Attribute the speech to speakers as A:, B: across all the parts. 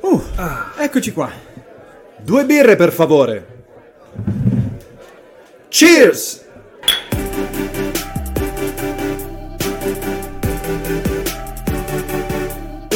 A: Uh, eccoci qua.
B: Due birre, per favore. Cheers!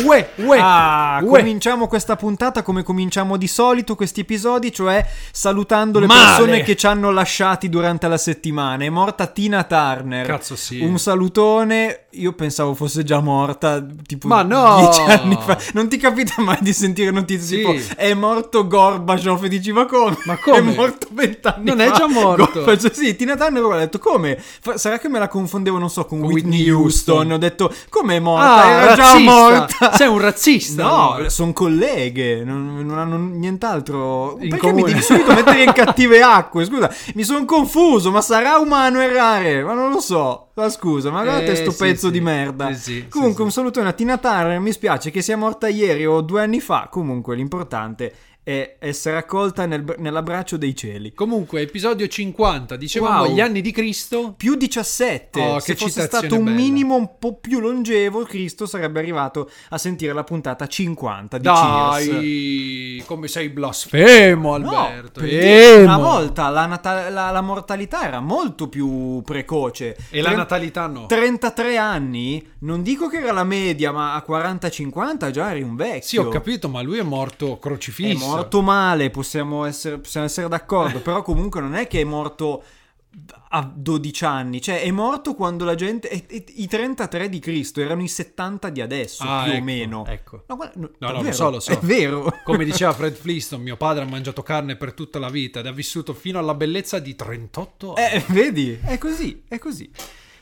A: Uè, uè,
C: Ah,
A: uè.
C: cominciamo questa puntata come cominciamo di solito questi episodi, cioè salutando le
A: Male.
C: persone che ci hanno lasciati durante la settimana. È morta Tina Turner.
A: Cazzo, sì.
C: Un salutone. Io pensavo fosse già morta tipo
A: Ma no!
C: dieci anni fa. Non ti capita mai di sentire notizie
A: Sì.
C: tipo è morto Gorbaciov e dici ma come?
A: Ma come?
C: È morto vent'anni
A: Non
C: fa.
A: è già morto.
C: Gorbaciov- Sì, Tina Turner ho detto come? Fa- sarà che me la confondevo non so con,
A: Con
C: Whitney,
A: Whitney
C: Houston.
A: Houston.
C: Ho detto come è morta?
A: Ah,
C: Era già
A: razzista.
C: morta.
A: Sei un razzista.
C: No,
A: allora.
C: sono colleghe, non, non hanno nient'altro.
A: In
C: Perché
A: comune.
C: mi devi subito mettere in cattive acque? Scusa, mi sono confuso, ma sarà umano errare? Ma non lo so. Ma scusa, ma guardate
A: Eh,
C: sto
A: sì,
C: pezzo
A: sì.
C: di merda.
A: Sì, sì, sì,
C: Comunque,
A: sì.
C: un salutone a Tina Turner. Mi spiace che sia morta ieri o due anni fa. Comunque, l'importante è essere accolta nel br- nell'abbraccio dei cieli.
A: Comunque, episodio 50, dicevamo
C: Wow.
A: gli anni di Cristo.
C: Più 17,
A: Oh,
C: se
A: che
C: fosse
A: citazione
C: stato un
A: bella.
C: minimo un po' più longevo, Cristo sarebbe arrivato a sentire la puntata 50 di Cheers.
A: Dai, come sei blasfemo, Alberto. Eh,
C: per
A: Emo.
C: dire, una volta la, nata- la- la mortalità era molto più precoce.
A: E la
C: Tre-
A: natalità no.
C: 33 anni, non dico che era la media, ma a 40-50 già eri un vecchio.
A: Sì, ho capito, ma lui è morto
C: È
A: crocifisso.
C: morto male, possiamo essere, possiamo essere d'accordo, però comunque non è che è morto a 12 anni, cioè è morto quando la gente... e- e- I 33 di Cristo erano i 70 di adesso,
A: Ah,
C: più
A: ecco,
C: o meno.
A: ecco.
C: No, guarda, no,
A: No, no, lo
C: davvero,
A: so, lo so.
C: È vero.
A: Come diceva Fred Flintstone, mio padre ha mangiato carne per tutta la vita ed ha vissuto fino alla bellezza di 38 anni.
C: Eh, vedi, è così, è così.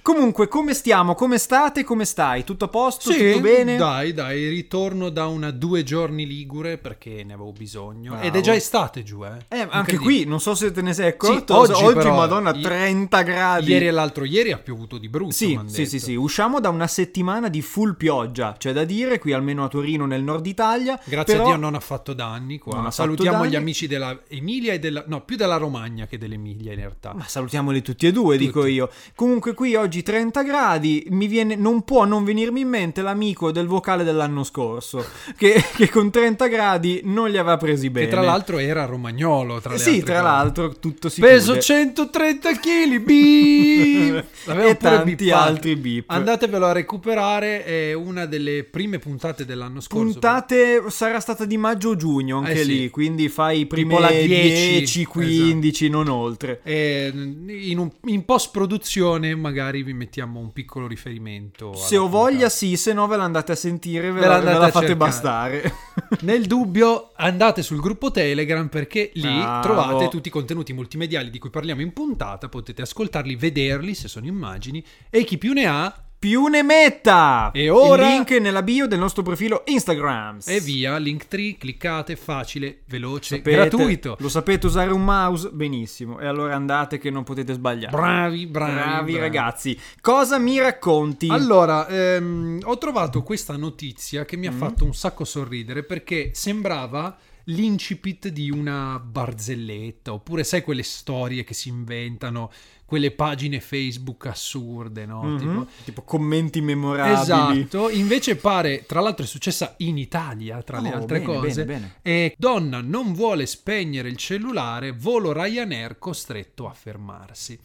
C: Comunque, come stiamo? Come state? Come stai? Tutto a posto? Tutto bene?
A: Dai, dai, ritorno da una due giorni ligure perché ne avevo bisogno.
C: Bravo.
A: Ed è già estate giù, eh.
C: Eh, anche
A: Incredibile.
C: qui, non so se te ne sei
A: Sì,
C: accorto, oggi,
A: però,
C: madonna,
A: i-
C: 30 gradi.
A: Ieri e l'altro ieri ha piovuto di brutto.
C: sì,
A: m'han
C: sì, sì,
A: detto.
C: sì, usciamo da una settimana di full pioggia, c'è da dire, qui almeno a Torino nel nord Italia.
A: Grazie
C: però-
A: a Dio non ha fatto danni qua.
C: Non ha fatto
A: Salutiamo
C: danni.
A: gli amici della Emilia e della... No, più della Romagna che dell'Emilia in realtà.
C: Ma salutiamoli tutti e due,
A: Tutti.
C: dico io. Comunque qui oggi 30 gradi, mi viene, non può non venirmi in mente l'amico del vocale dell'anno scorso, che, che con 30 gradi non li aveva presi bene.
A: Che tra l'altro era romagnolo. Tra le
C: Eh sì,
A: altre
C: tra
A: cose.
C: l'altro, tutto si
A: Peso
C: chiude.
A: 130 kg. Beep. L'avevo
C: E
A: pure
C: tanti
A: bippato.
C: altri beep.
A: Andatevelo a recuperare. È una delle prime puntate dell'anno scorso.
C: Puntate sarà stata di maggio o giugno anche
A: Eh sì.
C: lì, quindi fai i primi
A: Tipo la esatto. 10,
C: 10, 15, non oltre.
A: E in, un- in post-produzione magari vi mettiamo un piccolo riferimento.
C: Se
A: alla
C: ho voglia
A: puntata.
C: sì, se no ve l'andate a sentire, ve,
A: Ve
C: la,
A: l'andate
C: ve la
A: a
C: fate
A: cercare.
C: bastare.
A: Nel dubbio andate sul gruppo Telegram perché lì
C: Bravo.
A: trovate tutti i contenuti multimediali di cui parliamo in puntata, potete ascoltarli, vederli se sono immagini e chi più ne ha
C: Più ne metta!
A: E ora-
C: Il link è nella bio del nostro profilo Instagram.
A: e via, Linktree, cliccate, facile, veloce,
C: Sapete-
A: gratuito.
C: Lo sapete usare un mouse? Benissimo. E allora andate che non potete sbagliare.
A: Bravi, bravi,
C: Bravi
A: bravi.
C: ragazzi. Cosa mi racconti?
A: Allora, ehm, ho trovato questa notizia che
C: Mm.
A: mi ha fatto un sacco sorridere perché sembrava l'incipit di una barzelletta, oppure sai quelle storie che si inventano, quelle pagine Facebook assurde, no?
C: Mhm.
A: Tipo-
C: Tipo commenti memorabili.
A: Esatto, invece pare, tra l'altro è successa in Italia, tra le
C: Oh,
A: altre
C: bene, bene,
A: cose,
C: bene.
A: e donna non vuole spegnere il cellulare, volo Ryanair costretto a fermarsi.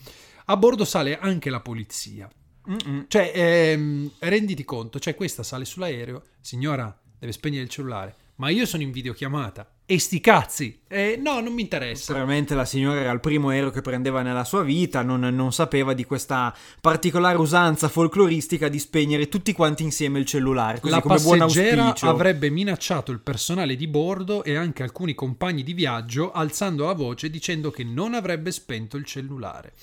A: A bordo sale anche la polizia.
C: Mm-mm.
A: Cioè, ehm, renditi conto, cioè questa sale sull'aereo, signora, deve spegnere il cellulare, ma io sono in videochiamata. E sti cazzi! Eh, no, non mi interessa.
C: Sicuramente la signora era il primo aereo che prendeva nella sua vita, non, non sapeva di questa particolare usanza folcloristica di spegnere tutti quanti insieme il cellulare, così
A: La
C: come buon
A: passeggera
C: auspicio.
A: avrebbe minacciato il personale di bordo e anche alcuni compagni di viaggio alzando la voce dicendo che non avrebbe spento il cellulare.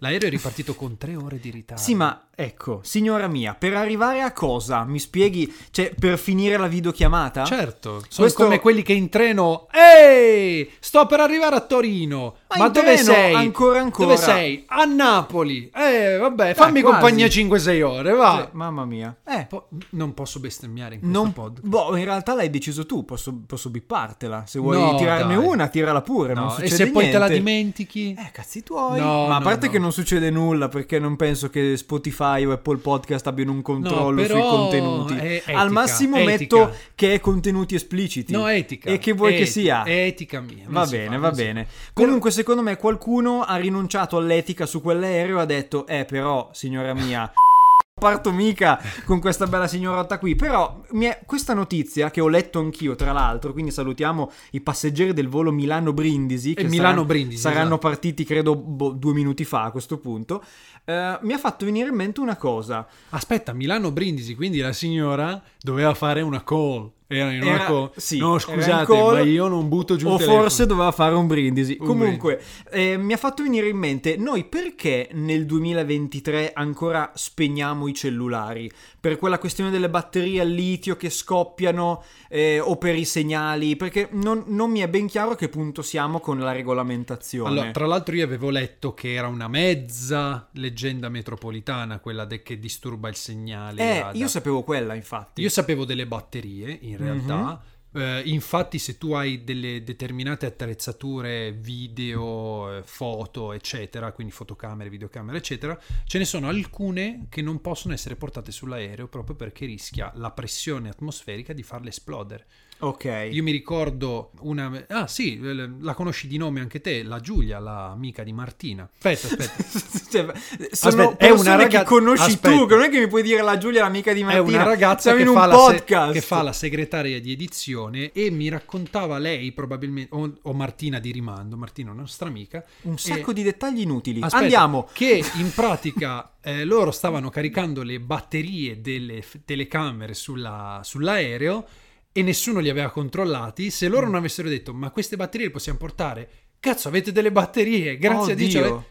A: L'aereo è ripartito con tre ore di ritardo.
C: Sì, ma ecco, signora mia, per arrivare a cosa? Mi spieghi? Cioè, per finire la videochiamata?
A: Certo, sono
C: Questo-
A: come quelli che in treno... Ehi, sto per arrivare a Torino. Ma
C: in
A: dove
C: treno,
A: sei?
C: Ancora, ancora.
A: Dove sei? A Napoli. Eh, vabbè, fammi
C: quasi.
A: compagnia 5-6 ore, va.
C: Sì, mamma mia. Eh,
A: Po- non posso bestemmiare in questo
C: non,
A: pod.
C: boh, in realtà l'hai deciso tu, posso, posso bippartela. Se vuoi
A: No,
C: tirarne
A: dai.
C: una, tirala pure.
A: No,
C: non
A: e
C: succede
A: se poi te la
C: niente.
A: dimentichi?
C: Eh, cazzi tuoi.
A: No,
C: Ma a
A: no,
C: parte
A: no.
C: che non succede nulla perché non penso che Spotify o Apple Podcast abbiano un controllo sui
A: però
C: contenuti.
A: è etica,
C: Al massimo
A: etica.
C: metto che è contenuti espliciti.
A: No, etica.
C: E che vuoi che
A: Etica,
C: sia.
A: è etica mia. non
C: Va
A: si
C: bene,
A: fa,
C: va
A: non si
C: bene.
A: fa.
C: Comunque, secondo me, qualcuno ha rinunciato all'etica su quell'aereo e ha detto: Eh, però, signora mia. Parto mica con questa bella signorotta qui, però mi è- questa notizia che ho letto anch'io, tra l'altro, quindi salutiamo i passeggeri del volo Milano-Brindisi, che
A: E
C: saranno-
A: Milano-Brindisi,
C: saranno
A: esatto.
C: partiti credo boh, due minuti fa a questo punto, eh, mi ha fatto venire in mente una cosa.
A: Aspetta, Milano Brindisi, quindi la signora doveva fare una call. Era in una
C: Era-
A: call.
C: sì,
A: no,
C: era
A: scusate,
C: in call,
A: ma io non butto giù il
C: O
A: telefono.
C: forse doveva fare un brindisi.
A: Un
C: Comunque, eh, mi ha fatto venire in mente, noi perché nel 2023 ancora spegniamo i cellulari? Per quella questione delle batterie al litio che scoppiano eh, o per i segnali? Perché non, non mi è ben chiaro a che punto siamo con la regolamentazione.
A: Allora, tra l'altro io avevo letto che era una mezza leggenda metropolitana quella de- che disturba il segnale.
C: eh,
A: Ada.
C: io Mhm. sapevo quella infatti.
A: Io sapevo delle batterie, in realtà. Eh, infatti, se tu hai delle determinate attrezzature video, eh, foto, eccetera, quindi fotocamere, videocamere, eccetera, ce ne sono alcune che non possono essere portate sull'aereo proprio perché rischia la pressione atmosferica di farle esplodere.
C: ok.
A: Io mi ricordo una. Ah, sì, la conosci di nome anche te, la Giulia, la amica di Martina. Aspetta, aspetta.
C: Cioè, sono
A: Aspetta, è una
C: persone
A: raga-
C: che conosci tu,
A: aspetta.
C: che non è che mi puoi dire la Giulia l'amica di
A: È
C: Martina.
A: una ragazza
C: Siamo
A: che
C: in un
A: fa, la se-
C: podcast.
A: che fa la segretaria di edizione e mi raccontava lei, probabilmente, o, o Martina di rimando, Martina è una nostra amica.
C: Un sacco
A: e-
C: di dettagli inutili.
A: Eh. Aspetta,
C: Andiamo.
A: Che in pratica eh, loro stavano caricando le batterie delle f- telecamere sulla- sull'aereo e nessuno li aveva controllati. Se
C: Mm.
A: loro non avessero detto, ma queste batterie le possiamo portare, cazzo, avete delle batterie, grazie a Dio.
C: Oddio.
A: ci avete-"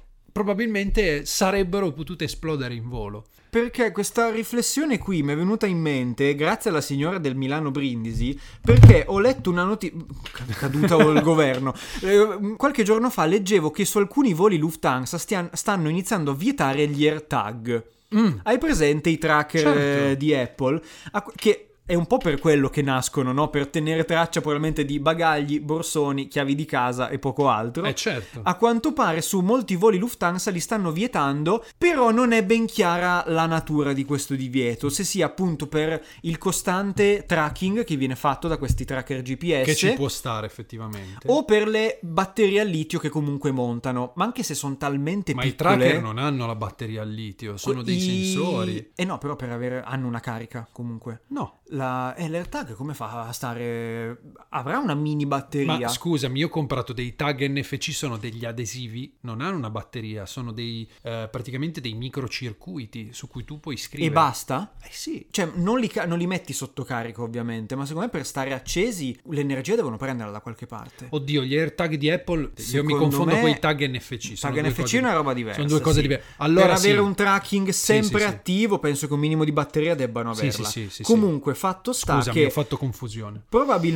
A: Probabilmente sarebbero potute esplodere in volo.
C: Perché questa riflessione qui mi è venuta in mente grazie alla signora del Milano Brindisi, perché ho letto una notizia caduta al governo. Eh, Qualche giorno fa leggevo che su alcuni voli Lufthansa stian- stanno iniziando a vietare gli AirTag.
A: Mm.
C: Hai presente i tracker
A: Certo.
C: eh, di Apple? A que- che è un po' per quello che nascono, no? Per tenere traccia probabilmente di bagagli, borsoni, chiavi di casa e poco altro.
A: Eh certo.
C: A quanto pare su molti voli Lufthansa li stanno vietando, però non è ben chiara la natura di questo divieto, se sia appunto per il costante tracking che viene fatto da questi tracker GPS.
A: che ci può stare effettivamente.
C: O per le batterie al litio che comunque montano, ma anche se sono talmente
A: Ma i
C: piccole...
A: tracker non hanno la batteria al litio, sono dei
C: i-
A: sensori.
C: Eh no, però per avere... hanno una carica comunque.
A: No,
C: La... E l'AirTag come fa a stare... avrà una mini batteria?
A: ma scusami, io ho comprato dei tag NFC, sono degli adesivi, non hanno una batteria, sono dei eh, praticamente dei microcircuiti su cui tu puoi scrivere.
C: e basta?
A: Eh sì.
C: Cioè, non li, ca- non li metti sotto carico, ovviamente, ma secondo me per stare accesi l'energia devono prenderla da qualche parte.
A: Oddio, gli AirTag di Apple, io mi
C: Secondo
A: confondo
C: me-
A: con i tag NFC. sono
C: Tag
A: due
C: NFC
A: cose
C: è una roba diversa.
A: Sono due cose
C: sì.
A: diverse. Allora,
C: per
A: sì.
C: avere un tracking
A: Sì, sì,
C: sempre
A: sì.
C: attivo, penso che un minimo di batteria debbano
A: Sì,
C: averla.
A: sì, sì, sì, sì.
C: Comunque, fatto sta
A: Scusami,
C: che
A: ho fatto confusione.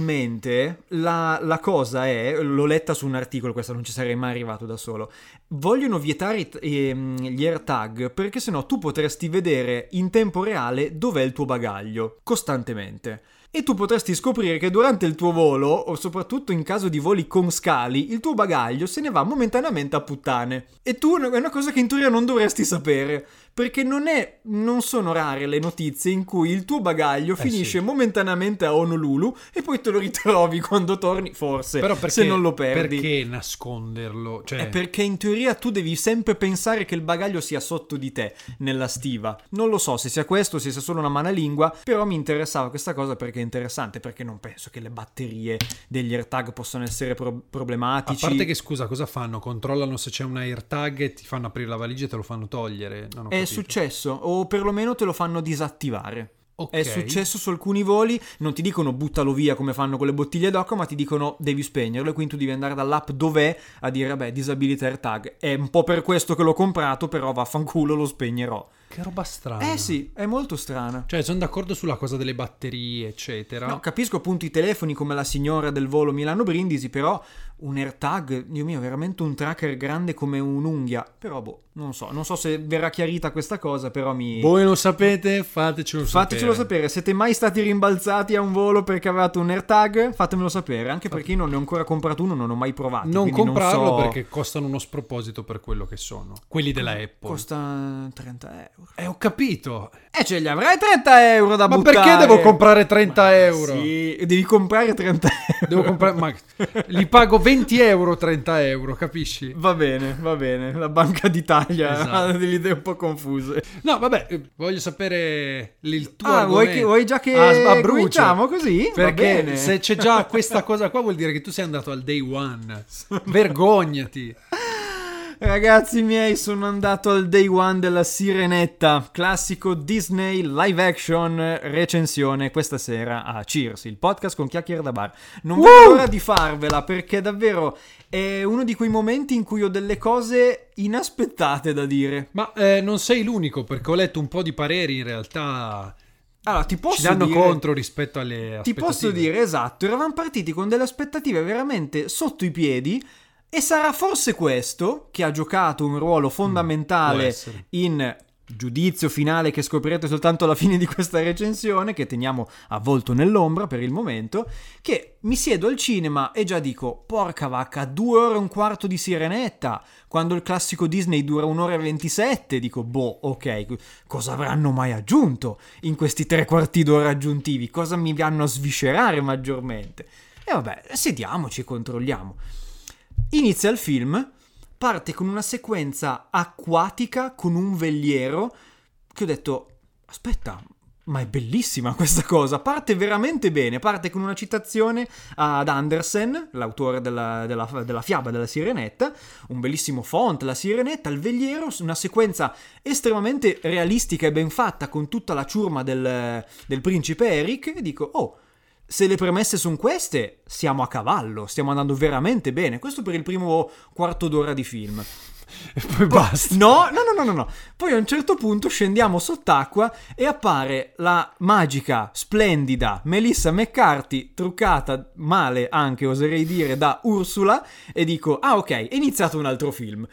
C: Probabilmente la, la cosa è, l'ho letta su un articolo, questa non ci sarei mai arrivato da solo, vogliono vietare i t- ehm, gli AirTag perché sennò tu potresti vedere in tempo reale dov'è il tuo bagaglio, costantemente. E tu potresti scoprire che durante il tuo volo, o soprattutto in caso di voli con scali, il tuo bagaglio se ne va momentaneamente a puttane. E tu è una cosa che in teoria non dovresti sapere, perché non, è, non sono rare le notizie in cui il tuo bagaglio
A: Eh, sì.
C: finisce momentaneamente a Honolulu e poi te lo ritrovi quando torni, forse,
A: Però perché,
C: se non lo perdi.
A: Perché nasconderlo? Cioè,
C: È perché in teoria tu devi sempre pensare che il bagaglio sia sotto di te, nella stiva. Non lo so se sia questo, se sia solo una manalingua, però mi interessava questa cosa perché è interessante, perché non penso che le batterie degli AirTag possano essere pro-
A: A
C: problematici.
A: parte che scusa, cosa fanno? Controllano se c'è una AirTag e ti fanno aprire la valigia e te lo fanno togliere. Non ho
C: È
A: capito.
C: successo, o perlomeno te lo fanno disattivare.
A: Ok.
C: È successo su alcuni voli, non ti dicono buttalo via come fanno con le bottiglie d'acqua, ma ti dicono devi spegnerlo e quindi tu devi andare dall'app dov'è a dire vabbè disability AirTag. È un po' per questo che l'ho comprato, però vaffanculo lo spegnerò.
A: Che roba strana.
C: Eh sì, è molto strana.
A: Cioè, sono d'accordo sulla cosa delle batterie, eccetera.
C: No, capisco appunto i telefoni come la signora del volo Milano Brindisi, però un AirTag, Dio mio, veramente un tracker grande come un'unghia. Però boh, non so, non so se verrà chiarita questa cosa, però mi...
A: Voi Boh, lo sapete, fatecelo
C: Fatecelo sapere, siete mai stati rimbalzati a un volo perché avevate un AirTag? Fatemelo sapere, anche perché io non ne ho ancora comprato uno, non ho mai provato.
A: Non
C: quindi
A: comprarlo
C: so-
A: perché costano uno sproposito per quello che sono. Quelli della Apple.
C: Costa 30 euro.
A: Eh, ho capito.
C: Eh, ce li avrai 30 euro da
A: Ma
C: buttare.
A: perché devo comprare 30
C: Ma
A: euro?
C: Sì, devi comprare 30 euro.
A: Devo comprare... Ma li pago 20 euro, 30 euro, capisci?
C: Va bene, va bene. La Banca d'Italia
A: Esatto.
C: ha delle idee un po' confuse.
A: No, vabbè, eh, voglio sapere l- il tuo
C: Ah, vuoi,
A: argomento.
C: che- vuoi già che
A: a, a brucio.
C: cominciamo così? Va
A: Perché
C: bene.
A: se c'è già questa cosa qua vuol dire che tu sei andato al day one. Vergognati.
C: Ragazzi miei, sono andato al day one della Sirenetta, classico Disney live action recensione questa sera a Cheers, il podcast con chiacchiere da bar. Non
A: Woo!
C: vedo l'ora di farvela perché davvero è uno di quei momenti in cui ho delle cose inaspettate da dire.
A: Ma eh, non sei l'unico perché ho letto un po' di pareri in realtà
C: Allora, ti posso
A: ci danno
C: dire...
A: contro rispetto alle
C: Ti posso
A: aspettative.
C: dire, esatto, eravamo partiti con delle aspettative veramente sotto i piedi e sarà forse questo che ha giocato un ruolo
A: Mm, Può
C: fondamentale
A: essere.
C: Certo. in giudizio finale che scoprirete soltanto alla fine di questa recensione, che teniamo avvolto nell'ombra per il momento, che mi siedo al cinema e già dico, porca vacca, due ore e un quarto di sirenetta, quando il classico Disney dura un'ora e 27, dico, boh, ok, cosa avranno mai aggiunto in questi tre quarti d'ora aggiuntivi? Cosa mi vanno a sviscerare maggiormente? E vabbè, sediamoci e controlliamo. Inizia il film, parte con una sequenza acquatica con un veliero che ho detto, aspetta, ma è bellissima questa cosa, parte veramente bene, parte con una citazione ad Andersen, l'autore della, della- della fiaba della Sirenetta, un bellissimo font, la Sirenetta, il veliero, una sequenza estremamente realistica e ben fatta con tutta la ciurma del, del principe Eric e dico, oh, se le premesse sono queste, siamo a cavallo, stiamo andando veramente bene. Questo per il primo quarto d'ora di film.
A: E poi basta.
C: No, no, no, no, no, no. Poi a un certo punto scendiamo sott'acqua e appare la magica, splendida Melissa McCarthy, truccata male anche, oserei dire, da Ursula, e dico, ah ok, è iniziato un altro film.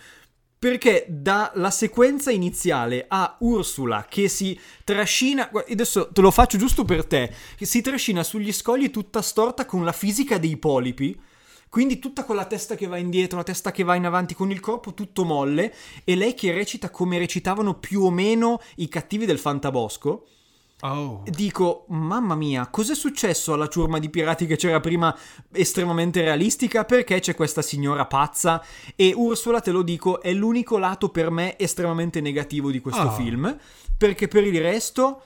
C: Perché dalla sequenza iniziale a Ursula che si trascina, guarda, adesso te lo faccio giusto per te, che si trascina sugli scogli tutta storta con la fisica dei polipi, quindi tutta con la testa che va indietro, la testa che va in avanti, con il corpo tutto molle, e lei che recita come recitavano più o meno i cattivi del Fantabosco.
A: Oh.
C: Dico, mamma mia, cos'è successo alla ciurma di pirati che c'era prima estremamente realistica? Perché c'è questa signora pazza? E Ursula, te lo dico, è l'unico lato per me estremamente negativo di questo
A: Ah.
C: film, perché per il resto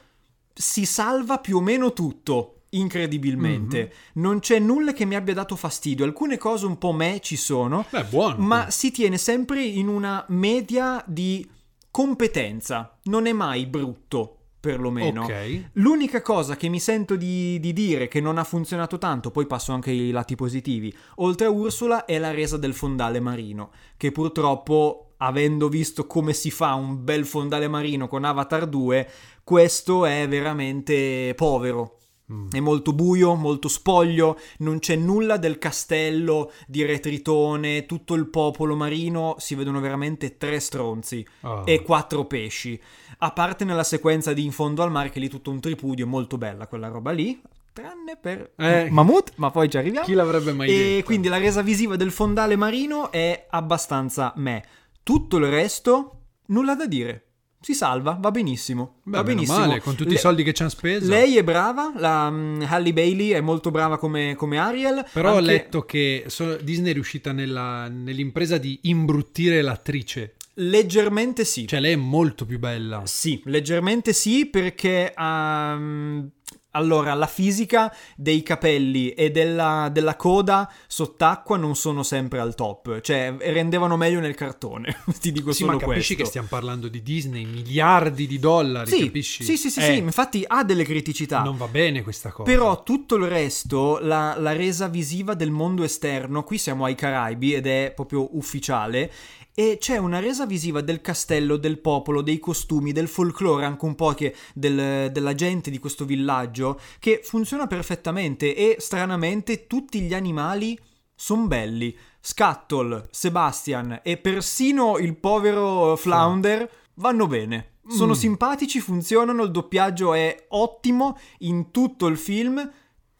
C: si salva più o meno tutto. Incredibilmente,
A: Mhm.
C: non c'è nulla che mi abbia dato fastidio. Alcune cose un po' me ci sono,
A: Beh, buono.
C: ma si tiene sempre in una media di competenza, non è mai brutto, perlomeno.
A: Ok.
C: L'unica cosa che mi sento di, di dire che non ha funzionato tanto, poi passo anche ai lati positivi, oltre a Ursula, è la resa del fondale marino, che purtroppo, avendo visto come si fa un bel fondale marino con Avatar 2, questo è veramente povero.
A: Mm.
C: È molto buio, molto spoglio, non c'è nulla del castello di Re Tritone, tutto il popolo marino, si vedono veramente tre stronzi
A: Oh.
C: e quattro pesci. A parte nella sequenza di In fondo al mare, che lì tutto un tripudio, molto bella quella roba lì, tranne per
A: Eh.
C: Mammut, ma poi ci arriviamo.
A: Chi l'avrebbe mai detto?
C: E quindi la resa visiva del fondale marino è abbastanza me. Tutto il resto, nulla da dire. Si salva, va benissimo.
A: Beh,
C: va
A: meno
C: benissimo.
A: male, con tutti i
C: Le-
A: soldi che ci hanno speso.
C: Lei è brava, la mm, Halle Bailey è molto brava come, come Ariel.
A: Però ho
C: anche-
A: letto che so- Disney è riuscita nella- nell'impresa di imbruttire l'attrice.
C: Leggermente sì. Ah,
A: Cioè, lei è molto più bella.
C: Sì, leggermente sì, perché ehm, Allora, la fisica dei capelli e della, della coda sott'acqua non sono sempre al top, cioè rendevano meglio nel cartone, ti dico
A: Sì,
C: solo
A: ma capisci
C: questo.
A: che stiamo parlando di Disney, miliardi di dollari,
C: sì,
A: capisci?
C: Sì, sì, sì,
A: Eh,
C: sì, infatti ha delle criticità.
A: Non va bene questa cosa.
C: Però tutto il resto, la, la resa visiva del mondo esterno, qui siamo ai Caraibi ed è proprio ufficiale, e c'è una resa visiva del castello, del popolo, dei costumi, del folklore anche un po' che del- della gente di questo villaggio, che funziona perfettamente e stranamente tutti gli animali sono belli. Scuttle, Sebastian e persino il povero Flounder vanno bene. Sono
A: Mm.
C: simpatici, funzionano, il doppiaggio è ottimo in tutto il film,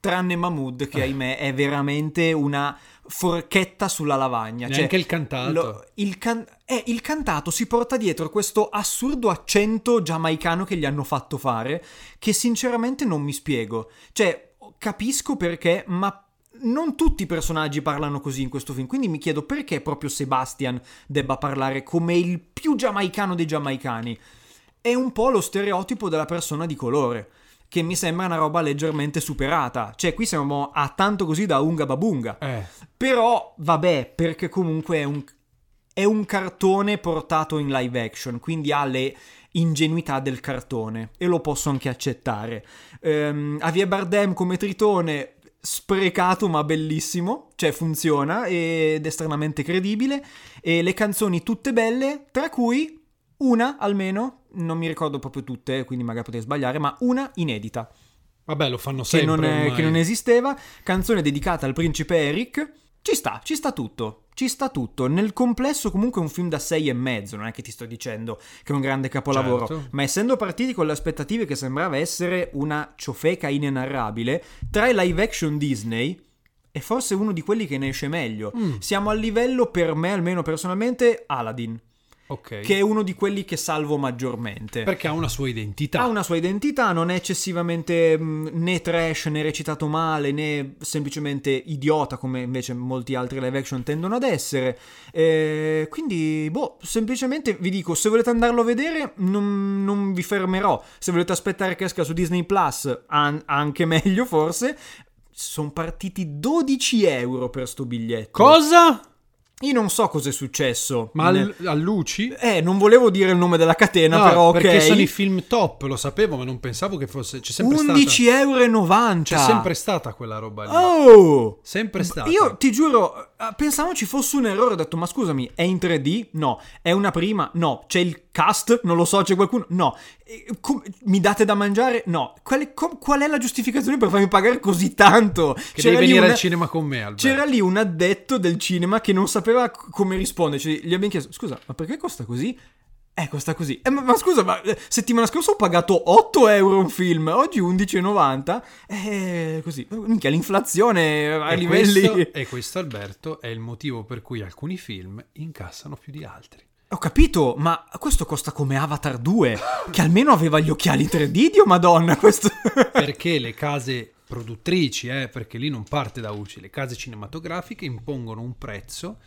C: tranne Mahmood che
A: Eh.
C: ahimè è veramente una forchetta sulla lavagna. Cioè,
A: neanche il cantato.
C: lo- il, can- eh, il cantato si porta dietro questo assurdo accento giamaicano che gli hanno fatto fare, che sinceramente non mi spiego. Cioè, capisco perché, ma non tutti i personaggi parlano così in questo film, quindi mi chiedo perché proprio Sebastian debba parlare come il più giamaicano dei giamaicani. È un po' lo stereotipo della persona di colore, che mi sembra una roba leggermente superata. Cioè, qui siamo a tanto così da unga babunga.
A: Eh,
C: Però vabbè, perché comunque è un, è un cartone portato in live action, quindi ha le ingenuità del cartone e lo posso anche accettare. Ehm, Javier Bardem come tritone sprecato ma bellissimo, cioè funziona ed è stranamente credibile e le canzoni tutte belle, tra cui una almeno, non mi ricordo proprio tutte, quindi magari potrei sbagliare, ma una inedita
A: vabbè, lo fanno
C: che
A: sempre
C: non, è-
A: ormai.
C: che non esisteva, canzone dedicata al principe Eric. Ci sta, ci sta tutto, ci sta tutto. Nel complesso comunque è un film da sei e mezzo, non è che ti sto dicendo che è un grande capolavoro,
A: Certo.
C: ma essendo partiti con le aspettative che sembrava essere una ciofeca inenarrabile, tra i live action Disney è forse uno di quelli che ne esce meglio.
A: Mm,
C: Siamo al livello, per me almeno personalmente, Aladdin,
A: ok.
C: che è uno di quelli che salvo maggiormente.
A: Perché ha una sua identità.
C: Ha una sua identità, non è eccessivamente mh, né trash né recitato male né semplicemente idiota come invece molti altri live action tendono ad essere. Eh, quindi, boh, semplicemente vi dico, se volete andarlo a vedere non, non vi fermerò. Se volete aspettare che esca su Disney Plus, an- anche meglio forse. Sono partiti 12 euro per sto biglietto.
A: Cosa?
C: Io non so cos'è successo.
A: Ma
C: Ne-
A: al- a luci?
C: Eh, non volevo dire il nome della catena,
A: No,
C: però ok.
A: perché sono i film top, lo sapevo, ma non pensavo che fosse... C'è sempre stata...
C: 11,90 euro.
A: C'è sempre stata quella roba lì.
C: Oh!
A: Sempre stata.
C: Io ti giuro, eh, pensavo ci fosse un errore. Ho detto, ma scusami, è in 3D? No. È una prima? No. C'è il cast? Non lo so, c'è qualcuno? No. Eh, com- mi date da mangiare? No. Quale- com- qual è la giustificazione per farmi pagare così tanto?
A: Che
C: C'era lì
A: devi venire
C: una-
A: al cinema con me, Alberto.
C: C'era lì un addetto del cinema che non sapeva c- come rispondere. Cioè, gli abbiamo chiesto: Scusa, ma perché costa così? Eh, costa così. "Eh, ma, ma scusa, ma eh, settimana scorsa ho pagato 8 euro un film, oggi 11,90. Eh, così. Minchia, l'inflazione a
A: E
C: livelli.
A: questo- e questo, Alberto, è il motivo per cui alcuni film incassano più di altri.
C: Ho capito, ma questo costa come Avatar 2, che almeno aveva gli occhiali 3D, Dio oh, Madonna. Questo.
A: Perché le case produttrici, eh, perché lì non parte da UCI, le case cinematografiche impongono un prezzo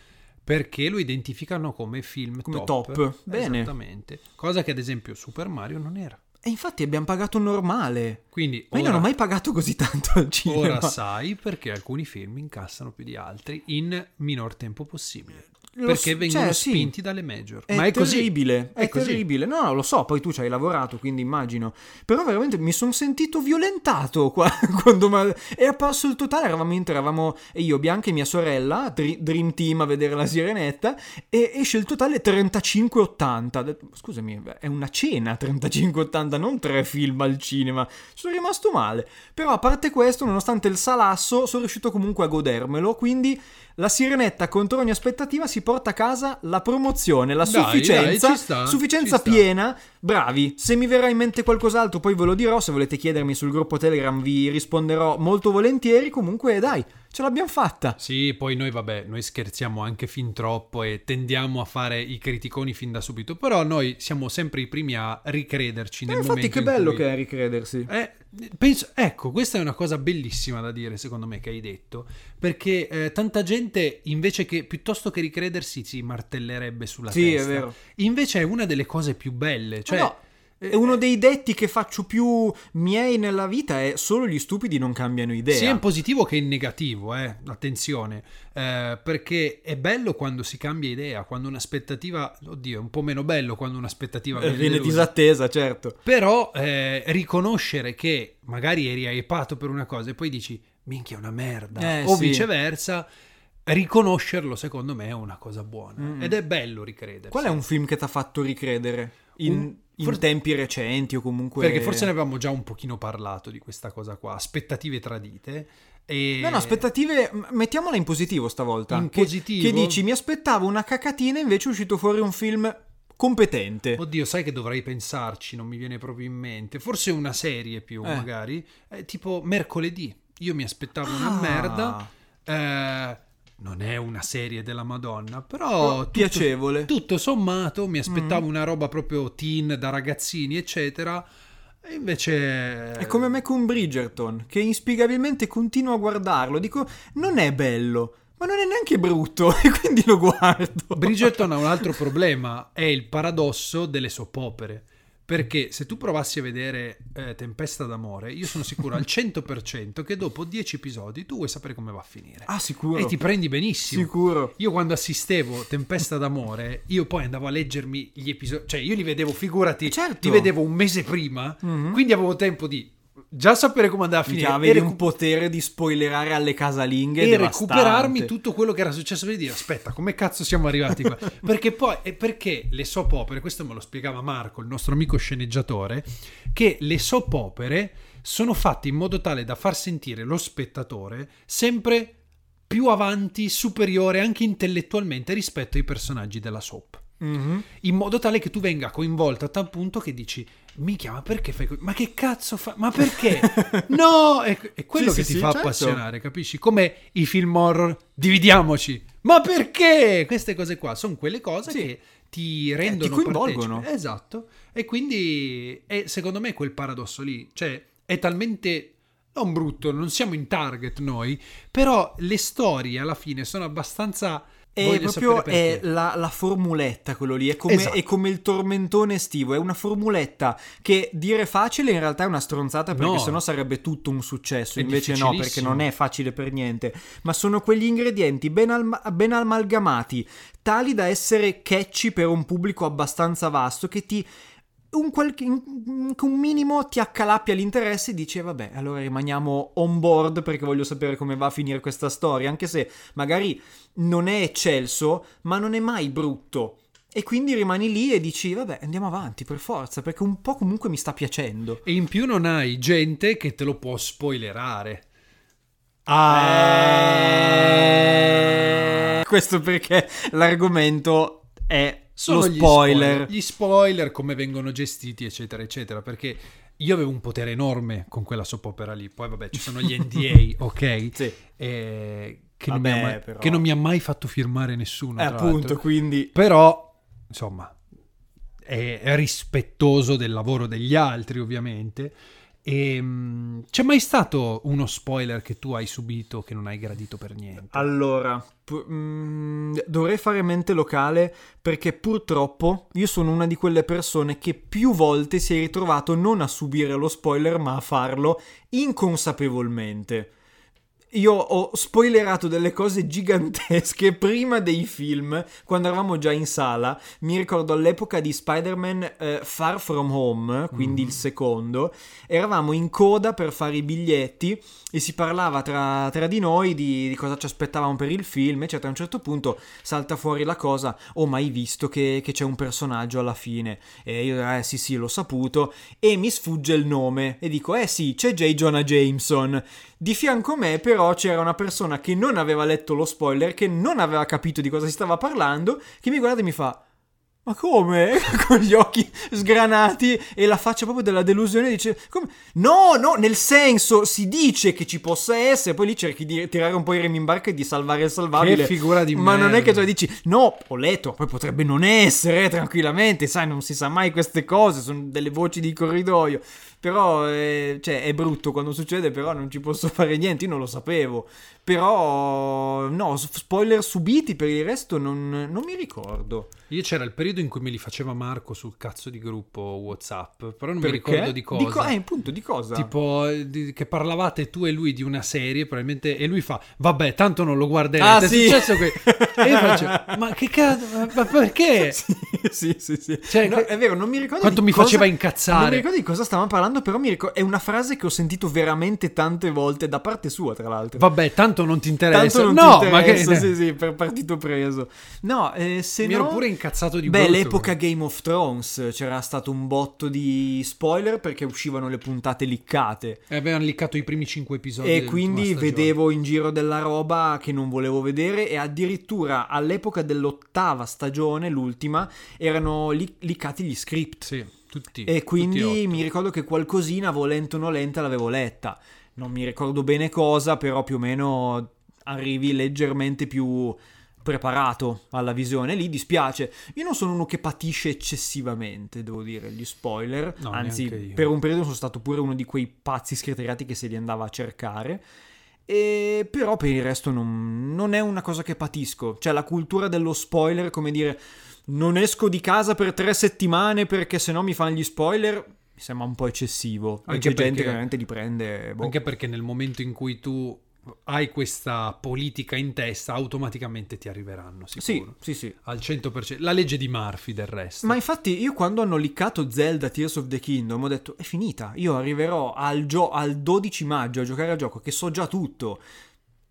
A: perché lo identificano come film
C: Come
A: top.
C: top. Bene.
A: Esattamente. Cosa che ad esempio Super Mario non era.
C: e infatti abbiamo pagato normale.
A: Quindi
C: Ma io
A: ora,
C: non ho mai pagato così tanto al cinema.
A: ora sai perché alcuni film incassano più di altri in minor tempo possibile.
C: Lo
A: perché
C: s-
A: vengono
C: cioè, sì.
A: spinti dalle major.
C: È
A: Ma è
C: terribile,
A: così.
C: è,
A: così.
C: terribile. No, no, lo so, poi tu ci hai lavorato, quindi immagino. Però veramente mi sono sentito violentato qua, quando ma- è apparso il totale, eravamo in tre, eravamo io, Bianca e mia sorella, dri- Dream Team a vedere la sirenetta, e esce il totale 35,80. Ho detto, Scusami, beh, è una cena 35,80, non tre film al cinema. Sono rimasto male. Però a parte questo, nonostante il salasso, sono riuscito comunque a godermelo, quindi... La Sirenetta contro ogni aspettativa si porta a casa la promozione, la
A: Dai,
C: sufficienza,
A: dai, ci sta,
C: sufficienza
A: ci sta.
C: piena. Bravi, se mi verrà in mente qualcos'altro poi ve lo dirò, se volete chiedermi sul gruppo Telegram vi risponderò molto volentieri, comunque dai, ce l'abbiamo fatta.
A: Sì, poi noi vabbè, noi scherziamo anche fin troppo e tendiamo a fare i criticoni fin da subito, però noi siamo sempre i primi a ricrederci
C: Eh,
A: nel
C: infatti
A: momento
C: che
A: in
C: bello
A: cui-
C: che è ricredersi.
A: Eh, penso- ecco, questa è una cosa bellissima da dire, secondo me, che hai detto, perché eh, tanta gente invece che piuttosto che ricredersi si martellerebbe sulla
C: sì,
A: testa.
C: è vero.
A: Invece è una delle cose più belle, cioè
C: no, E uno dei detti che faccio più miei nella vita è solo gli stupidi non cambiano idea.
A: Sia in positivo che in negativo, eh, attenzione, eh, perché è bello quando si cambia idea, quando un'aspettativa, oddio, è un po' meno bello quando un'aspettativa
C: Eh,
A: viene,
C: Viene
A: delusa.
C: disattesa, certo.
A: Però eh, riconoscere che magari eri aepato per una cosa e poi dici minchia è una merda
C: Eh,
A: o
C: sì.
A: viceversa, riconoscerlo secondo me è una cosa buona
C: Mm.
A: ed è bello ricredersi.
C: Qual è un film che ti ha fatto ricredere? In,
A: Eh, Un-
C: in
A: forse-
C: tempi recenti o comunque...
A: Perché forse ne avevamo già un pochino parlato di questa cosa qua, aspettative tradite. E...
C: No, no, aspettative, m- mettiamola in positivo stavolta.
A: In
C: Che-
A: positivo?
C: Che dici, mi aspettavo una cacatina, invece è uscito fuori un film competente.
A: Oddio, sai che dovrei pensarci, non mi viene proprio in mente. Forse una serie più,
C: Eh.
A: magari. Eh, tipo mercoledì. Io mi aspettavo
C: Ah.
A: una merda. Eh, non è una serie della Madonna, però...
C: Oh,
A: tutto-
C: piacevole. Mm.
A: Tutto sommato mi aspettavo una roba proprio teen, da ragazzini, eccetera. E invece...
C: È come me con Bridgerton, che inspiegabilmente continuo a guardarlo. Dico, non è bello, ma non è neanche brutto, e quindi lo guardo.
A: Bridgerton ha un altro problema, è il paradosso delle soap opere. Perché se tu provassi a vedere eh, Tempesta d'amore, io sono sicuro al 100% che dopo 10 episodi tu vuoi sapere come va a finire.
C: Ah, sicuro.
A: E Eh, ti prendi benissimo.
C: Sicuro.
A: Io quando assistevo Tempesta d'amore, io poi andavo a leggermi gli episodi, cioè io li vedevo, figurati,
C: Certo.
A: li vedevo un mese prima,
C: Mhm.
A: quindi avevo tempo di già sapere come andava a
C: Minchia,
A: finire
C: avevi
A: e recu-
C: un potere di spoilerare alle casalinghe
A: e
C: devastante.
A: recuperarmi tutto quello che era successo per dire aspetta come cazzo siamo arrivati qua perché poi e perché le soap opere questo me lo spiegava Marco il nostro amico sceneggiatore che le soap opere sono fatte in modo tale da far sentire lo spettatore sempre più avanti superiore anche intellettualmente rispetto ai personaggi della soap
C: Mhm.
A: in modo tale che tu venga coinvolto a tal punto che dici mica ma perché fai così ma che cazzo fa ma perché no è, è quello
C: Sì,
A: che
C: sì,
A: ti
C: sì,
A: fa
C: certo.
A: appassionare capisci come i film horror dividiamoci ma perché queste cose qua sono quelle cose
C: Sì. Eh,
A: che ti rendono
C: coinvolgono.
A: partecipe. esatto e quindi è, secondo me quel paradosso lì cioè è talmente non brutto non siamo in target noi però le storie alla fine sono abbastanza
C: È
A: voglio
C: Eh, proprio
A: sapere perché.
C: è la, la formuletta quello lì, è come,
A: Esatto.
C: è come il tormentone estivo, è una formuletta che dire facile in realtà è una stronzata perché
A: No.
C: sennò sarebbe tutto un successo,
A: È
C: invece no perché
A: difficilissimo.
C: non è facile per niente, ma sono quegli ingredienti ben, alma- ben amalgamati, tali da essere catchy per un pubblico abbastanza vasto che ti... Un, qualche, un un minimo ti accalappia l'interesse e dici "Eh, vabbè allora rimaniamo on board perché voglio sapere come va a finire questa storia anche se magari non è eccelso, ma non è mai brutto. E quindi rimani lì e dici, vabbè, andiamo avanti per forza, perché un po' comunque mi sta piacendo.
A: E in più non hai gente che te lo può spoilerare.
C: Ah.
A: Eh.
C: Questo perché l'argomento è
A: Sono
C: lo
A: gli
C: spoiler.
A: Gli spoiler, come vengono gestiti, eccetera, eccetera. Perché io avevo un potere enorme con quella soap opera lì. Poi, vabbè, ci sono gli NDA, ok?
C: Sì.
A: Eh, che, non mi
C: Vabbè,
A: ha mai,
C: però.
A: che non mi ha mai fatto firmare nessuno.
C: Eh,
A: tra
C: appunto,
A: l'altro.
C: quindi...
A: Però, insomma, è, è rispettoso del lavoro degli altri, ovviamente. E, mm, c'è mai stato uno spoiler che tu hai subito che non hai gradito per niente?
C: Allora, pu- mm, dovrei fare mente locale perché purtroppo io sono una di quelle persone che più volte si è ritrovato non a subire lo spoiler ma a farlo inconsapevolmente. Io ho spoilerato delle cose gigantesche prima dei film, quando eravamo già in sala. Mi ricordo all'epoca di Spider-Man eh, Far From Home, quindi il secondo, eravamo in coda per fare i biglietti e si parlava tra, tra di noi di, di cosa ci aspettavamo per il film, eccetera. A un certo punto salta fuori la cosa, oh ma hai visto che, che c'è un personaggio alla fine? E io, eh sì sì, l'ho saputo, e mi sfugge il nome e dico, eh sì, c'è J. Jonah Jameson. Di fianco a me però c'era una persona che non aveva letto lo spoiler, che non aveva capito di cosa si stava parlando, che mi guarda e mi fa... Ma come? Con gli occhi sgranati e la faccia proprio della delusione dice: come? No, no, nel senso si dice che ci possa essere, poi lì cerchi di tirare un po' i remi in barca e di salvare il salvabile.
A: Che figura di
C: Ma non è che
A: merda.
C: tu dici: No, ho letto, poi potrebbe non essere, eh, tranquillamente, sai, non si sa mai queste cose, sono delle voci di corridoio. Però, eh, cioè, è brutto quando succede, però non ci posso fare niente, io non lo sapevo. Però, no, s- spoiler subiti, per il resto non, non mi ricordo.
A: Io c'era il periodo in cui me li faceva Marco sul cazzo di gruppo WhatsApp, però non
C: Perché?
A: mi ricordo di cosa.
C: co- eh, appunto, di cosa?
A: Tipo eh, di- che parlavate tu e lui di una serie, probabilmente, e lui fa: Vabbè, tanto non lo guarderete.
C: Ah,
A: è
C: sì.
A: successo que-" E io faccio: Ma che cazzo? Ma- Ma perché?
C: Sì, sì, sì, sì.
A: Cioè,
C: No,
A: che-
C: è vero, non mi ricordo
A: quanto
C: di
A: mi
C: cosa-
A: faceva incazzare.
C: Non mi ricordo di cosa stavamo parlando, però mi ricor- è una frase che ho sentito veramente tante volte da parte sua, tra l'altro.
A: Vabbè, tanto non ti interessa.
C: Tanto non
A: no,
C: ti
A: ma che.
C: interessa, sì, sì, per partito preso. No, eh, se
A: Mi
C: no-
A: ero pure incazzato di
C: Beh,
A: brutto.
C: l'epoca Game of Thrones c'era stato un botto di spoiler perché uscivano le puntate liccate.
A: E Eh, avevano liccato i primi cinque episodi.
C: E
A: dell'ultima
C: quindi
A: stagione.
C: vedevo in giro della roba che non volevo vedere e addirittura all'epoca dell'ottava stagione, l'ultima, erano li- liccati gli script.
A: Sì, tutti.
C: E
A: tutti
C: quindi
A: otto.
C: mi ricordo che qualcosina, volente o nolente, l'avevo letta. Non mi ricordo bene cosa, però più o meno arrivi leggermente più preparato alla visione. Lì dispiace. Io non sono uno che patisce eccessivamente, devo dire, gli spoiler.
A: No,
C: Anzi,
A: neanche io.
C: per un periodo sono stato pure uno di quei pazzi scriteriati che se li andava a cercare. E però per il resto non, non è una cosa che patisco. Cioè, la cultura dello spoiler, come dire, non esco di casa per tre settimane perché sennò mi fanno gli spoiler. Mi sembra un po' eccessivo. Anche
A: Anche
C: gente
A: perché-
C: che veramente li prende. boh.
A: Anche perché nel momento in cui tu hai questa politica in testa, automaticamente ti arriveranno.
C: Sì,
A: Sicuro.
C: sì, sì.
A: Al 100%. La legge di Murphy, del resto.
C: Ma infatti io quando hanno liccato Zelda Tears of the Kingdom ho detto è finita, io arriverò al, gio- al 12 maggio a giocare al gioco che so già tutto.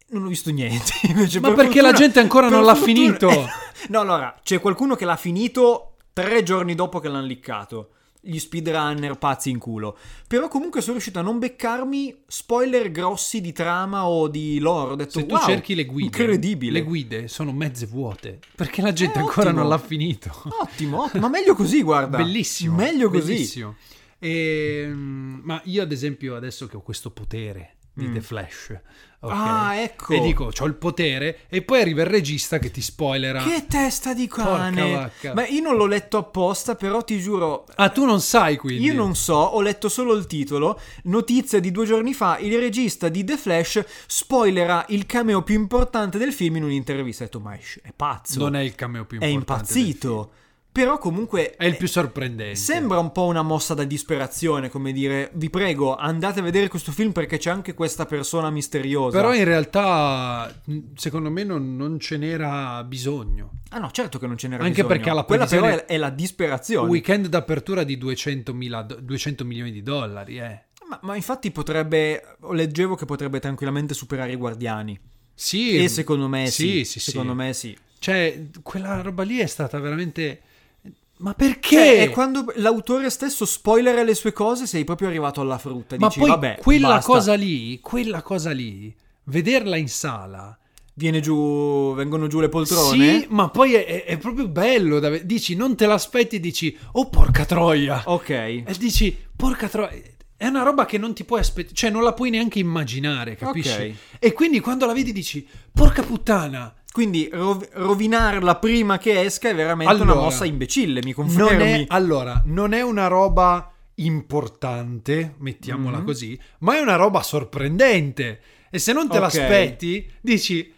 C: Non ho visto niente. Invece,
A: Ma
C: per
A: perché la
C: fortuna-
A: gente ancora
C: per
A: non l'ha
C: fortuna-
A: finito?
C: no, allora, c'è qualcuno che l'ha finito tre giorni dopo che l'hanno liccato. Gli speedrunner pazzi in culo. Però comunque sono riuscito a non beccarmi spoiler grossi di trama o di lore. Ho detto,
A: Se tu
C: "Wow,
A: cerchi le guide,
C: Incredibile.
A: le guide sono mezze vuote perché la gente
C: Eh,
A: ancora
C: ottimo.
A: non l'ha finito.
C: Ottimo, ottimo, ma meglio così, guarda.
A: Bellissimo.
C: Meglio così.
A: bellissimo. Ehm, ma io, ad esempio, adesso che ho questo potere di
C: Mm.
A: The Flash, ok?
C: Ah, ecco.
A: e dico ho il potere, e poi arriva il regista che ti spoilerà.
C: Che testa di
A: Porca
C: cane!
A: vacca.
C: Ma io non l'ho letto apposta, però ti giuro.
A: Ah, tu non sai quindi.
C: Io non so, ho letto solo il titolo. Notizia di due giorni fa: il regista di The Flash spoilerà il cameo più importante del film in un'intervista. Ho detto, ma è sci- è pazzo.
A: Non è il cameo più
C: È
A: importante. del
C: impazzito. Però comunque.
A: film. È il più sorprendente.
C: Sembra un po' una mossa da disperazione, come dire, vi prego, andate a vedere questo film perché c'è anche questa persona misteriosa.
A: Però in realtà, mh, secondo me, non, non ce n'era bisogno.
C: Ah no, certo che non ce n'era
A: Anche
C: bisogno.
A: perché alla
C: Quella però
A: previsione-
C: è, è la disperazione.
A: Weekend d'apertura di 200.000 do- 200 milioni di dollari, eh.
C: Ma, ma infatti potrebbe, leggevo che potrebbe tranquillamente superare i guardiani.
A: Sì,
C: E secondo me sì.
A: sì, sì.
C: secondo me sì.
A: Cioè, quella roba lì è stata veramente. Ma
C: Cioè,
A: perché?
C: è quando l'autore stesso spoilera le sue cose sei proprio arrivato alla frutta.
A: Ma
C: Dici,
A: poi
C: vabbè,
A: quella
C: basta.
A: cosa lì, quella cosa lì, vederla in sala.
C: Viene giù, vengono giù le poltrone.
A: Sì, ma poi è, è- è proprio bello. da ve- dici, non te l'aspetti e dici, oh porca troia.
C: Ok.
A: E dici, porca troia. È una roba che non ti puoi aspettare, cioè non la puoi neanche immaginare, capisci?
C: Ok.
A: E quindi quando la vedi dici, porca puttana.
C: Quindi rov- rovinarla prima che esca è veramente una
A: Allora,
C: mossa imbecille, mi
A: Non
C: confermi.
A: è, allora, non è una roba importante, mettiamola
C: Mhm.
A: così, ma è una roba sorprendente. E se non te
C: Ok.
A: l'aspetti, dici,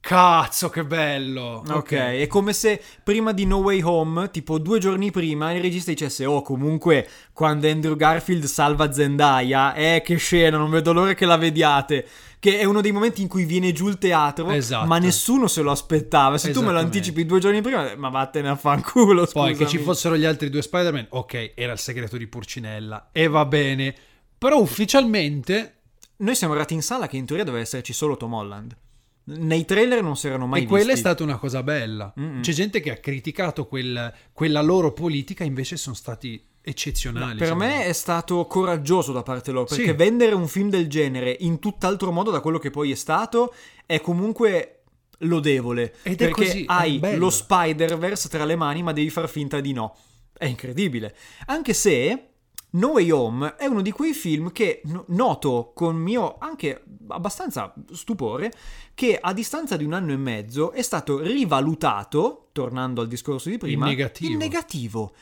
A: cazzo che bello.
C: Ok, è come se prima di No Way Home, tipo due giorni prima, il regista dicesse: Oh, comunque, quando Andrew Garfield salva Zendaya, eh, che scena, non vedo l'ora che la vediate. Che è uno dei momenti in cui viene giù il teatro,
A: Esatto.
C: ma nessuno se lo aspettava. Se tu me lo
A: Esattamente.
C: anticipi due giorni prima, ma vattene a fanculo.
A: Poi che
C: scusami.
A: ci fossero gli altri due Spider-Man, ok, era il segreto di Purcinella, e va bene. Però ufficialmente
C: Noi siamo arrivati in sala che in teoria doveva esserci solo Tom Holland. Nei trailer non si erano mai
A: e quella è
C: visti.
A: stata una cosa bella.
C: Mm-mm.
A: C'è gente che ha criticato quel- quella loro politica, invece sono stati
C: No,
A: eccezionali.
C: per
A: secondo
C: me è stato coraggioso da parte loro perché
A: Sì.
C: vendere un film del genere in tutt'altro modo da quello che poi è stato è comunque lodevole
A: Ed è
C: perché
A: così, è
C: hai
A: bello.
C: lo Spider-Verse tra le mani ma devi far finta di no. È incredibile. Anche se No Way Home è uno di quei film che no- noto con mio anche abbastanza stupore che a distanza di un anno e mezzo è stato rivalutato, tornando al discorso di prima,
A: In negativo.
C: in negativo.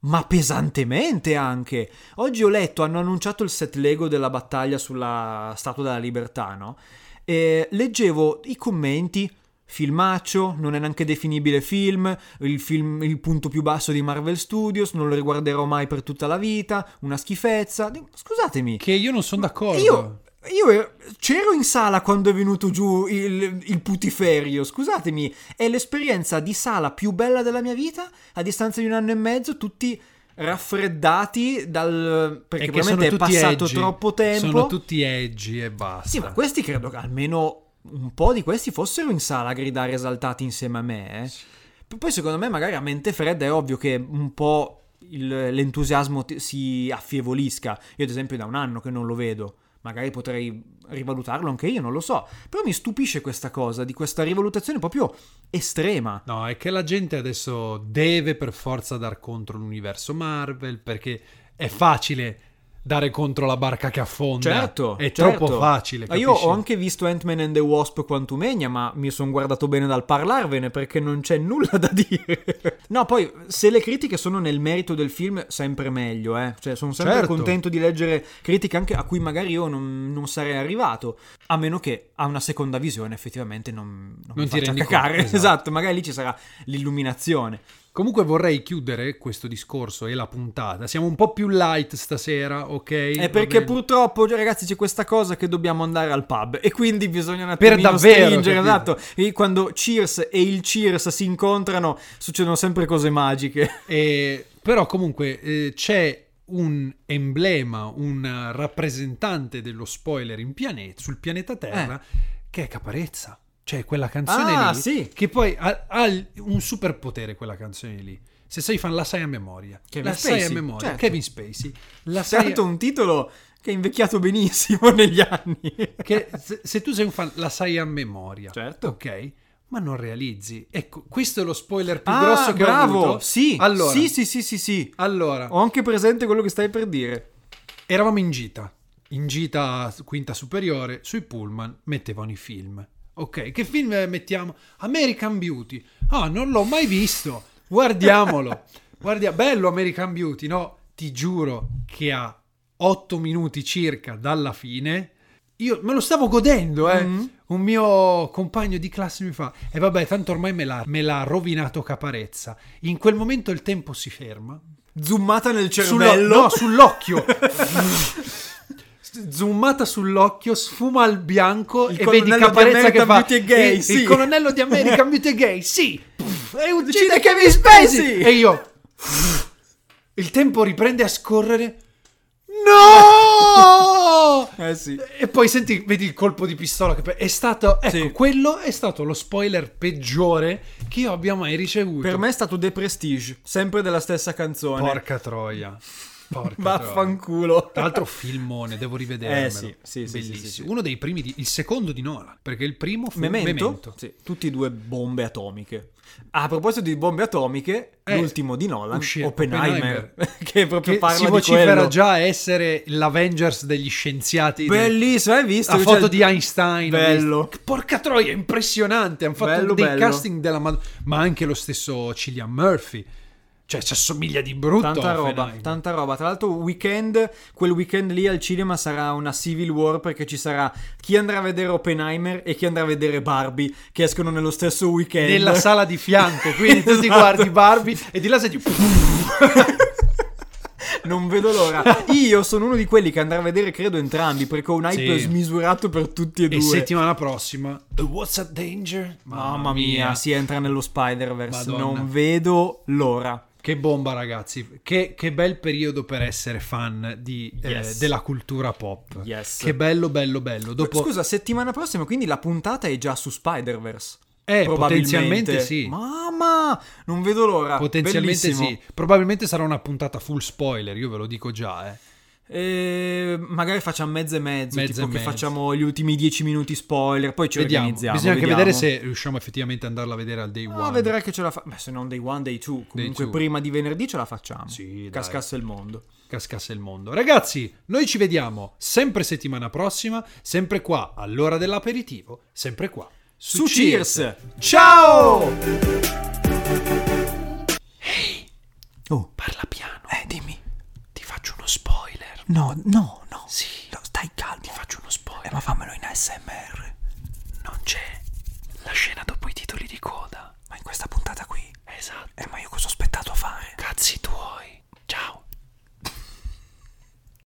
C: Ma pesantemente anche. Oggi ho letto, hanno annunciato il set Lego della battaglia sulla Statua della Libertà, no? eh, leggevo i commenti. Filmaccio, non è neanche definibile film, il film, il punto più basso di Marvel Studios, non lo riguarderò mai per tutta la vita, una schifezza. Scusatemi,
A: Che io non sono d'accordo.
C: io, io ero- c'ero in sala quando è venuto giù il, il putiferio, scusatemi, è l'esperienza di sala più bella della mia vita, a distanza di un anno e mezzo, tutti raffreddati dal...
A: E
C: perché
A: che sono
C: probabilmente è
A: tutti
C: passato
A: edgy.
C: troppo tempo.
A: Sono tutti edgy e basta.
C: Sì, ma questi credo che almeno un po' di questi fossero in sala a gridare esaltati insieme a me. eh. P- Poi secondo me magari a mente fredda è ovvio che un po' il- l'entusiasmo ti- si affievolisca. Io ad esempio è da un anno che non lo vedo. Magari potrei rivalutarlo anche io, non lo so. Però mi stupisce questa cosa, di questa rivalutazione proprio estrema.
A: No, è che la gente adesso deve per forza dar contro l'universo Marvel perché è facile dare contro la barca che affonda.
C: Certo,
A: è
C: certo.
A: troppo facile.
C: Ma io
A: capisci?
C: ho anche visto Ant-Man and the Wasp Quantumania, ma mi sono guardato bene dal parlarvene perché non c'è nulla da dire. no, poi se le critiche sono nel merito del film, sempre meglio, eh. Cioè, sono sempre
A: Certo.
C: contento di leggere critiche anche a cui magari io non, non sarei arrivato, a meno che a una seconda visione effettivamente non, non, mi
A: ti
C: faccia
A: rendi
C: cacare.
A: conto, esatto.
C: esatto, magari lì ci sarà l'illuminazione.
A: Comunque vorrei chiudere questo discorso e la puntata. Siamo un po' più light stasera, ok?
C: È
A: Va
C: perché
A: bene?
C: purtroppo, ragazzi, c'è questa cosa che dobbiamo andare al pub e quindi bisogna un
A: Per
C: attimino
A: davvero,
C: stringere,
A: capito?
C: esatto. E quando Cheers e il Cheers si incontrano, succedono sempre cose magiche.
A: Eh, però comunque eh, c'è un emblema, un eh, rappresentante dello spoiler in pianeta, sul pianeta Terra, che è Caparezza. Cioè quella canzone
C: Eh. Ah,
A: lì,
C: sì.
A: che poi ha, ha il- un superpotere quella canzone lì. Se sei fan la sai a memoria.
C: Kevin
A: la sai a
C: Spacey,
A: memoria.
C: certo.
A: Kevin Spacey. La sai a-
C: Certo, un titolo che è invecchiato benissimo negli anni.
A: che se, se tu sei un fan la sai a memoria.
C: Certo.
A: Ok? Ma non realizzi. Ecco, questo è lo spoiler più
C: Ah,
A: grosso che
C: bravo.
A: ho avuto.
C: Sì,
A: Allora,
C: sì, sì, sì, sì, sì.
A: allora
C: Ho anche presente quello che stai per dire.
A: Eravamo in gita, in gita quinta superiore, sui pullman mettevano i film. Ok, che film eh, mettiamo? American Beauty. Ah, non l'ho mai visto. Guardiamolo. Guardia, bello American Beauty, no? Ti giuro che a 8 minuti circa dalla fine io me lo stavo godendo, eh.
C: Mm.
A: Un mio compagno di classe mi fa: E vabbè, tanto ormai me l'ha, me l'ha rovinato Caparezza. In quel momento il tempo si ferma.
C: Zoomata nel
A: Sullo-
C: cervello.
A: no, sull'occhio. Zoomata sull'occhio, sfuma al bianco
C: Il
A: e vedi
C: colonnello di
A: Caparezza che
C: American
A: fa
C: Beauty and Gay,
A: il,
C: sì."
A: il colonnello di American Beauty and Gay, sì. Pff, E uccide
C: Uccide
A: Kevin
C: Kevin
A: Spacey.
C: Spacey.
A: E io il tempo riprende a scorrere. No!
C: Eh sì.
A: E poi senti, vedi il colpo di pistola che pe- è stato ecco,
C: Sì.
A: quello è stato lo spoiler peggiore che io abbia mai ricevuto.
C: Per me è stato The Prestige, sempre della stessa canzone.
A: porca troia. Porca troia.
C: Vaffanculo.
A: Tra l'altro filmone, devo rivedermelo.
C: Eh, sì, sì, sì,
A: Bellissimo.
C: sì, sì, sì.
A: Uno dei primi, di- il secondo di Nolan, perché il primo fu
C: Memento,
A: Memento.
C: Sì, tutti e due bombe atomiche. A proposito di bombe atomiche,
A: Eh,
C: l'ultimo di Nolan,
A: uscì-
C: Oppenheimer,
A: Oppenheimer.
C: che proprio
A: Che
C: parla
A: si
C: di
A: vocifera
C: quello.
A: già a essere l'Avengers degli scienziati. del-
C: Bellissimo, hai visto?
A: La
C: Cioè,
A: foto di Einstein.
C: Bello.
A: Porca troia, impressionante. Hanno fatto
C: Bello,
A: dei
C: bello.
A: casting della mad- Ma anche lo stesso Cillian Murphy. Cioè, ci assomiglia di brutto.
C: Tanta
A: a
C: roba,
A: Oppenheimer.
C: tanta roba. Tra l'altro, weekend, quel weekend lì al cinema sarà una Civil War perché ci sarà chi andrà a vedere Oppenheimer e chi andrà a vedere Barbie, che escono nello stesso weekend.
A: Nella sala di fianco. Quindi tu ti
C: Esatto.
A: guardi Barbie e di là senti...
C: Non vedo l'ora. Io sono uno di quelli che andrà a vedere, credo, entrambi, perché ho un hype
A: Sì.
C: smisurato per tutti e,
A: E
C: due.
A: settimana prossima... The What's a Danger?
C: Mamma mia, si entra nello Spider-Verse.
A: Madonna.
C: Non vedo l'ora.
A: Che bomba, ragazzi! Che, che bel periodo per essere fan di, eh,
C: Yes.
A: della cultura pop.
C: Yes.
A: Che bello, bello, bello. Dopo,
C: Scusa, settimana prossima, quindi la puntata è già su Spider-Verse.
A: eh,
C: Probabilmente.
A: potenzialmente sì.
C: Mamma, non vedo l'ora.
A: Potenzialmente
C: Bellissimo.
A: sì. Probabilmente sarà una puntata full spoiler, io ve lo dico già. eh.
C: Eh, magari facciamo mezzo e mezzo,
A: Mezzo
C: tipo
A: e
C: che
A: mezzo.
C: facciamo gli ultimi dieci minuti spoiler, poi ci
A: Vediamo. Bisogna
C: organizziamo.
A: anche
C: vediamo.
A: vedere se riusciamo effettivamente ad andarla a vedere al day
C: Ah,
A: one.
C: vedrai che ce la fa. Beh, se non dei one, day two. Comunque,
A: two.
C: prima di venerdì ce la facciamo.
A: Sì, dai.
C: Cascasse il mondo.
A: Cascasse il mondo. Ragazzi, noi ci vediamo sempre settimana prossima, sempre qua all'ora dell'aperitivo, sempre qua
C: Su, Cheers!
A: Ciao!
C: Oh,
A: Parla piano.
C: eh, dimmi.
A: Ti faccio uno spoiler.
C: No, no, no.
A: Sì.
C: No, stai calmo.
A: Ti faccio uno spoiler.
C: Eh, ma fammelo in ASMR.
A: Esatto.
C: Eh,